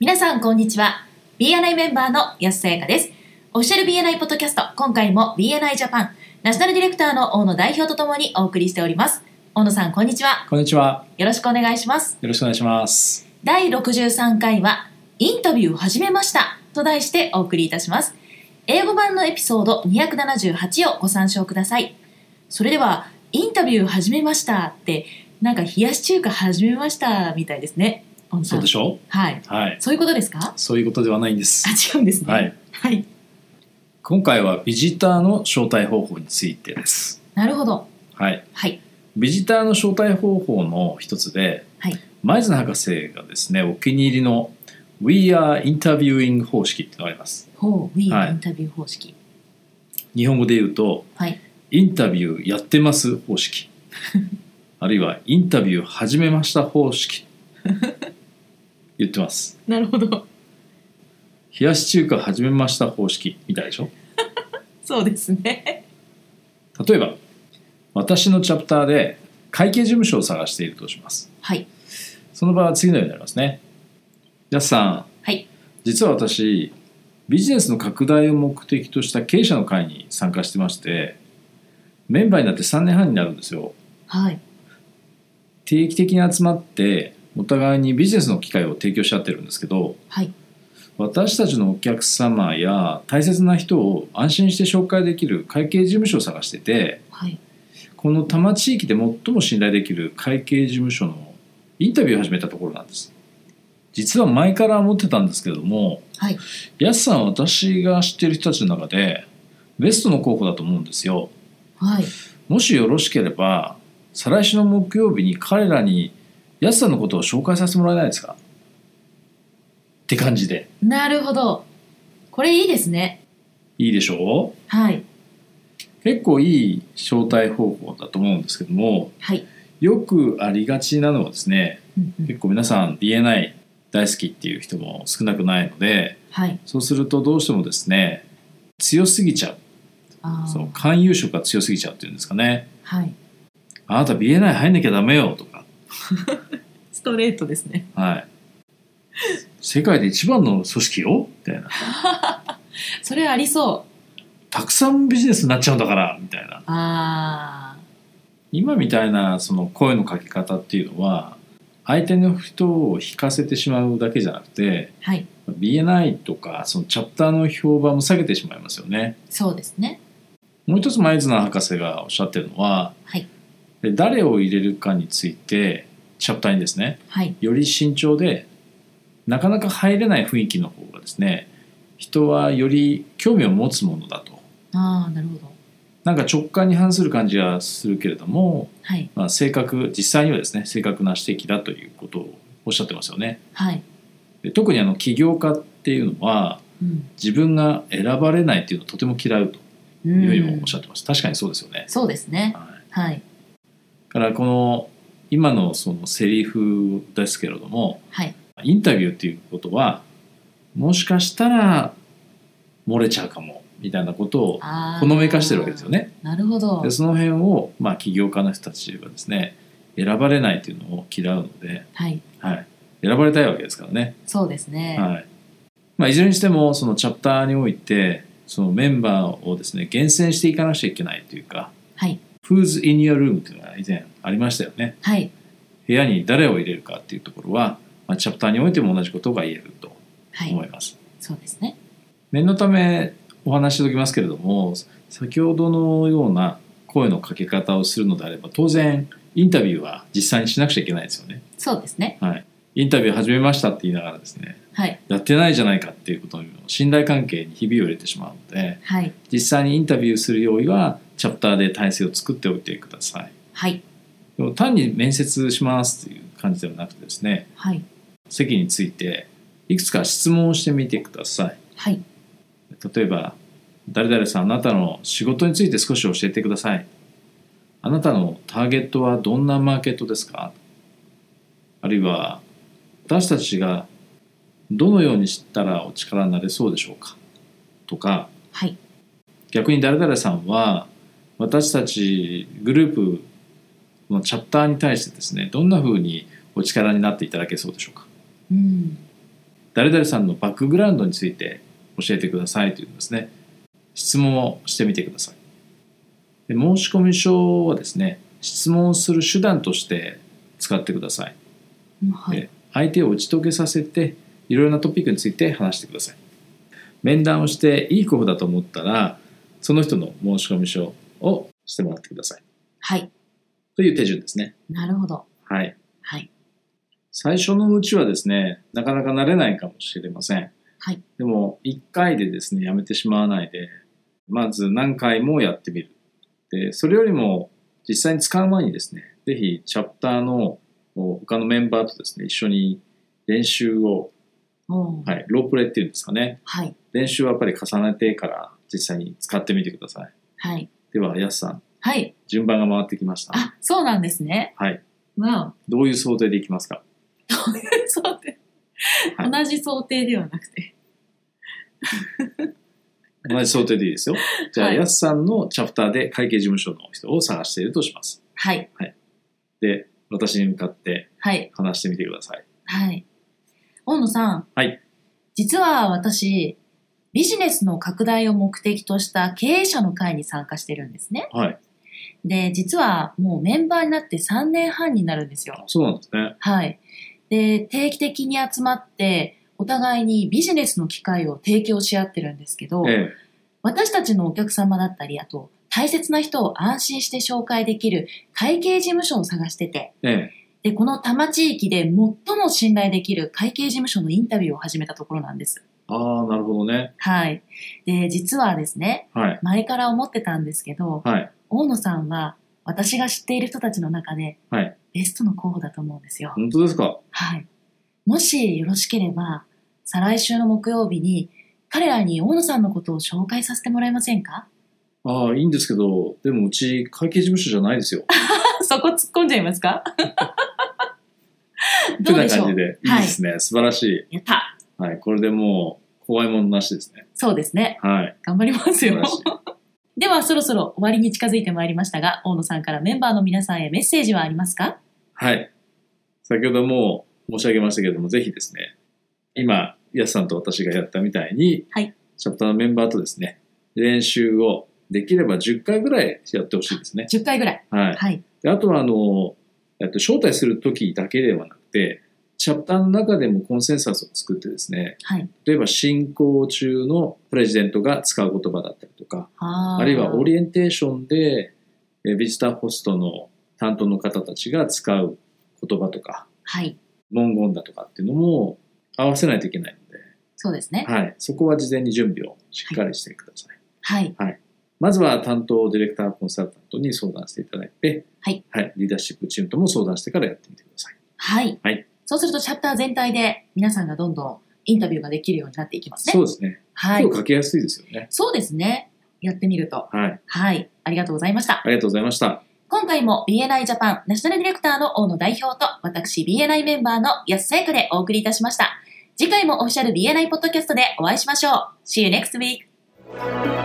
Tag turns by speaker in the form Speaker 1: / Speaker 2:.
Speaker 1: 皆さん、こんにちは。BNI メンバーの安さやかです。オフィシャル BNI ポッドキャスト、今回も BNI ジャパン、ナショナルディレクターの大野代表とともにお送りしております。大野さん、こんにちは。
Speaker 2: こんにちは。
Speaker 1: よろしくお願いします。
Speaker 2: よろしくお願いします。
Speaker 1: 第63回は、インタビューを始めましたと題してお送りいたします。英語版のエピソード278をご参照ください。それでは、インタビューを始めましたって、なんか冷やし中華始めましたみたいですね。大野さ
Speaker 2: そ
Speaker 1: ん
Speaker 2: うでしょ
Speaker 1: はい。
Speaker 2: う。はい。
Speaker 1: そういうことですか
Speaker 2: そういうことではないんです。
Speaker 1: あ、違うんですね。
Speaker 2: はい。
Speaker 1: はい。
Speaker 2: 今回はビジターの招待方法についてです。
Speaker 1: なるほど。
Speaker 2: はい。
Speaker 1: はい。
Speaker 2: ビジターの招待方法の一つで、
Speaker 1: はい
Speaker 2: 前津博士がですね、お気に入りの We are interviewing 方式っていうのがあります。
Speaker 1: ほう、We
Speaker 2: はい
Speaker 1: インタビュー方式。
Speaker 2: 日本語で言うと、
Speaker 1: はい。
Speaker 2: インタビューやってます方 式。あるいはインタビュー始めました方式。言ってます。
Speaker 1: なるほど。
Speaker 2: 冷やし中華始めました方式みたいでしょ
Speaker 1: そうですね。
Speaker 2: 例えば私のチャプターで会計事務所を探しているとします
Speaker 1: はい。
Speaker 2: その場合は次のようになりますねやすさん
Speaker 1: はい。
Speaker 2: 実は私ビジネスの拡大を目的とした経営者の会に参加してましてメンバーになって3年半になるんですよ
Speaker 1: はい。
Speaker 2: 定期的に集まってお互いにビジネスの機会を提供し合ってるんですけど
Speaker 1: はい。
Speaker 2: 私たちのお客様や大切な人を安心して紹介できる会計事務所を探してて
Speaker 1: はい。
Speaker 2: この多摩地域で最も信頼できる会計事務所のインタビューを始めたところなんです実は前から思ってたんですけれども
Speaker 1: はい。
Speaker 2: やすさんは私が知っている人たちの中でベストの候補だと思うんですよ
Speaker 1: はい。
Speaker 2: もしよろしければ再来週の木曜日に彼らにやすさんのことを紹介させてもらえないですかって感じで
Speaker 1: なるほど。これいいですね。
Speaker 2: いいでしょう
Speaker 1: はい。
Speaker 2: 結構いい招待方法だと思うんですけども
Speaker 1: はい。
Speaker 2: よくありがちなのはですね
Speaker 1: うんうん、
Speaker 2: 結構皆さん BNI 大好きっていう人も少なくないので
Speaker 1: はい。
Speaker 2: そうするとどうしてもですね強すぎちゃ
Speaker 1: あ
Speaker 2: う
Speaker 1: ー
Speaker 2: その勧誘色が強すぎちゃうっていうんですかね
Speaker 1: はい。
Speaker 2: あなた BNI 入んなきゃダメよとか、
Speaker 1: ストレートですね。
Speaker 2: はい、世界で一番の組織よみたいな
Speaker 1: それありそう。
Speaker 2: たくさんビジネスになっちゃうんだからみたいな
Speaker 1: ああ。
Speaker 2: 今みたいなその声のかけ方っていうのは相手の人を引かせてしまうだけじゃなくて
Speaker 1: はい。
Speaker 2: BNI とかそのチャプターの評判も下げてしまいますよね。
Speaker 1: そうですね。
Speaker 2: もう一つ前綱博士がおっしゃってるのは
Speaker 1: はい。
Speaker 2: で誰を入れるかについてチャプターにですね
Speaker 1: はい。
Speaker 2: より慎重でなかなか入れない雰囲気の方がですね人はより興味を持つものだと
Speaker 1: ああ、なるほど。
Speaker 2: なんか直感に反する感じがするけれども
Speaker 1: はい。
Speaker 2: まあ、正確実際にはですね正確な指摘だということをおっしゃってますよね。
Speaker 1: はい。
Speaker 2: で特にあの起業家っていうのは
Speaker 1: うん。
Speaker 2: 自分が選ばれないっていうのをとても嫌うと
Speaker 1: う
Speaker 2: い
Speaker 1: ん
Speaker 2: うようにもおっしゃってます。確かにそうですよね。
Speaker 1: そうですね。
Speaker 2: はい、
Speaker 1: はい。
Speaker 2: だからこの今のそのセリフですけれども
Speaker 1: はい。
Speaker 2: インタビューっていうことはもしかしたら漏れちゃうかもみたいなことを
Speaker 1: あー
Speaker 2: ほのめかしてるわけですよ。ね。
Speaker 1: なるほど
Speaker 2: で。その辺をまあ起業家の人たちはですね選ばれないっていうのを嫌うので。
Speaker 1: はい。
Speaker 2: はい、選ばれたいわけですからね、
Speaker 1: そうですね。
Speaker 2: はいまあ、いずれにしてもそのチャプターにおいてそのメンバーをですね厳選していかなくちゃいけないというか
Speaker 1: はい。
Speaker 2: 「Who's in your room」というのが以前ありましたよね
Speaker 1: はい。
Speaker 2: 部屋に誰を入れるかっていうところは、まあ、チャプターにおいても同じことが言えると
Speaker 1: はい。
Speaker 2: 思います、
Speaker 1: そうですね。
Speaker 2: 念のためお話ししておきますけれども先ほどのような声のかけ方をするのであれば当然インタビューは実際にしなくちゃいけないですよね
Speaker 1: そうですね。
Speaker 2: インタビュー始めましたって言いながらですね
Speaker 1: はい。
Speaker 2: やってないじゃないかっていうことの信頼関係にひびを入れてしまうので
Speaker 1: はい。
Speaker 2: 実際にインタビューする用意はチャプターで体制を作っておいてください
Speaker 1: はい。
Speaker 2: でも単に面接しますという感じではなくてですね
Speaker 1: はい。
Speaker 2: 席についていくつか質問をしてみてください
Speaker 1: はい。
Speaker 2: 例えば「誰々さんあなたの仕事について少し教えてください」「あなたのターゲットはどんなマーケットですか?」あるいは「私たちがどのようにしたらお力になれそうでしょうか?」とか
Speaker 1: はい。
Speaker 2: 逆に誰々さんは私たちグループのチャプターに対してですねどんなふうにお力になっていただけそうでしょうか
Speaker 1: うん。
Speaker 2: 誰々さんのバックグラウンドについて教えてくださいというですね質問をしてみてくださいで申込書はですね質問する手段として使ってください
Speaker 1: うんはい
Speaker 2: で相手を打ち解けさせていろいろなトピックについて話してください面談をしていい候補だと思ったらその人の申込書をしてもらってください
Speaker 1: はい
Speaker 2: という手順ですね
Speaker 1: なるほど
Speaker 2: はい
Speaker 1: はい
Speaker 2: 最初のうちはですねなかなか慣れないかもしれません、
Speaker 1: はい
Speaker 2: でも1回でですねやめてしまわないでまず何回もやってみるでそれよりも実際に使う前にですねぜひチャプターのお他のメンバーとですね一緒に練習を、
Speaker 1: おー
Speaker 2: はい、ロープレイっていうんですかね
Speaker 1: はい
Speaker 2: 練習はやっぱり重ねてから実際に使ってみてください
Speaker 1: はい
Speaker 2: ではやすさん
Speaker 1: はい
Speaker 2: 順番が回ってきました
Speaker 1: あそうなんですね
Speaker 2: はい
Speaker 1: わ
Speaker 2: どういう想定でいきますか
Speaker 1: お 想定
Speaker 2: はい
Speaker 1: 同じ想定ではなくて
Speaker 2: 同じ想定でいいですよ。じゃあ、
Speaker 1: はい
Speaker 2: やすさんのチャプターで会計事務所の人を探しているとします。
Speaker 1: はい
Speaker 2: で、私に向かって
Speaker 1: はい
Speaker 2: 話してみてください。
Speaker 1: はい大野さん
Speaker 2: はい
Speaker 1: 実は私ビジネスの拡大を目的とした経営者の会に参加してるんですね
Speaker 2: はい。
Speaker 1: で実はもうメンバーになって3年半になるんですよ
Speaker 2: そうなんですね。
Speaker 1: はい。で、定期的に集まって、お互いにビジネスの機会を提供し合ってるんですけど、
Speaker 2: え
Speaker 1: 私たちのお客様だったり、あと、大切な人を安心して紹介できる会計事務所を探してて、
Speaker 2: え、ええ、
Speaker 1: で、この多摩地域で最も信頼できる会計事務所のインタビューを始めたところなんです。
Speaker 2: ああ、なるほどね。
Speaker 1: はい。で、実はですね、
Speaker 2: はい。
Speaker 1: 前から思ってたんですけど、
Speaker 2: はい。
Speaker 1: 大野さんは私が知っている人たちの中で、
Speaker 2: はい
Speaker 1: ベストの候補だと思うんですよ。
Speaker 2: 本当ですか
Speaker 1: はい。もしよろしければ、再来週の木曜日に、彼らに大野さんのことを紹介させてもらえませんか
Speaker 2: ああ、いいんですけど、でもうち会計事務所じゃないですよ。
Speaker 1: そこ突っ込んじゃいますか
Speaker 2: って
Speaker 1: どう
Speaker 2: な
Speaker 1: でしょ
Speaker 2: 感じ
Speaker 1: う
Speaker 2: で、いいですね。素晴らしい。
Speaker 1: やった
Speaker 2: はい。これでもう、怖いものなしですね。
Speaker 1: そうですね。
Speaker 2: はい。
Speaker 1: 頑張ります
Speaker 2: 素晴
Speaker 1: よ
Speaker 2: ら。しい。
Speaker 1: では、そろそろ終わりに近づいてまいりましたが、大野さんからメンバーの皆さんへメッセージはありますか
Speaker 2: はい。先ほども申し上げましたけれども、ぜひですね、今、やすさんと私がやったみたいに、
Speaker 1: はい
Speaker 2: チャプターのメンバーとですね、練習をできれば10回ぐらいやってほしいですね。
Speaker 1: ?10 回ぐらい。
Speaker 2: はい。
Speaker 1: はい。
Speaker 2: であとは、あの、えっと招待するときだけではなくて、チャプターの中でもコンセンサスを作ってですね、
Speaker 1: はい。
Speaker 2: 例えば進行中のプレジデントが使う言葉だったりとか、
Speaker 1: あー
Speaker 2: あるいはオリエンテーションで、えビジターホストの担当の方たちが使う言葉とか、
Speaker 1: はい。
Speaker 2: 文言だとかっていうのも合わせないといけないの
Speaker 1: そうですね。
Speaker 2: で、はい、そこは事前に準備をしっかりしてください、
Speaker 1: はい。
Speaker 2: まずは担当ディレクターコンサルタントに相談していただいて、
Speaker 1: はい
Speaker 2: リーダーシップチームとも相談してからやってみてください、
Speaker 1: はい。
Speaker 2: はい
Speaker 1: そうすると、チャプター全体で皆さんがどんどんインタビューができるようになっていきますね。
Speaker 2: そうですね
Speaker 1: は
Speaker 2: 手
Speaker 1: い
Speaker 2: を。かけやすいですよね
Speaker 1: そうですね。やってみると。
Speaker 2: はい
Speaker 1: はい。ありがとうございました。
Speaker 2: ありがとうございました
Speaker 1: 今回も BNI ジャパンナショナルディレクターの大野代表と私 BNI メンバーの安さやかでお送りいたしました。次回もオフィシャル BNI ポッドキャストでお会いしましょう。See you next week!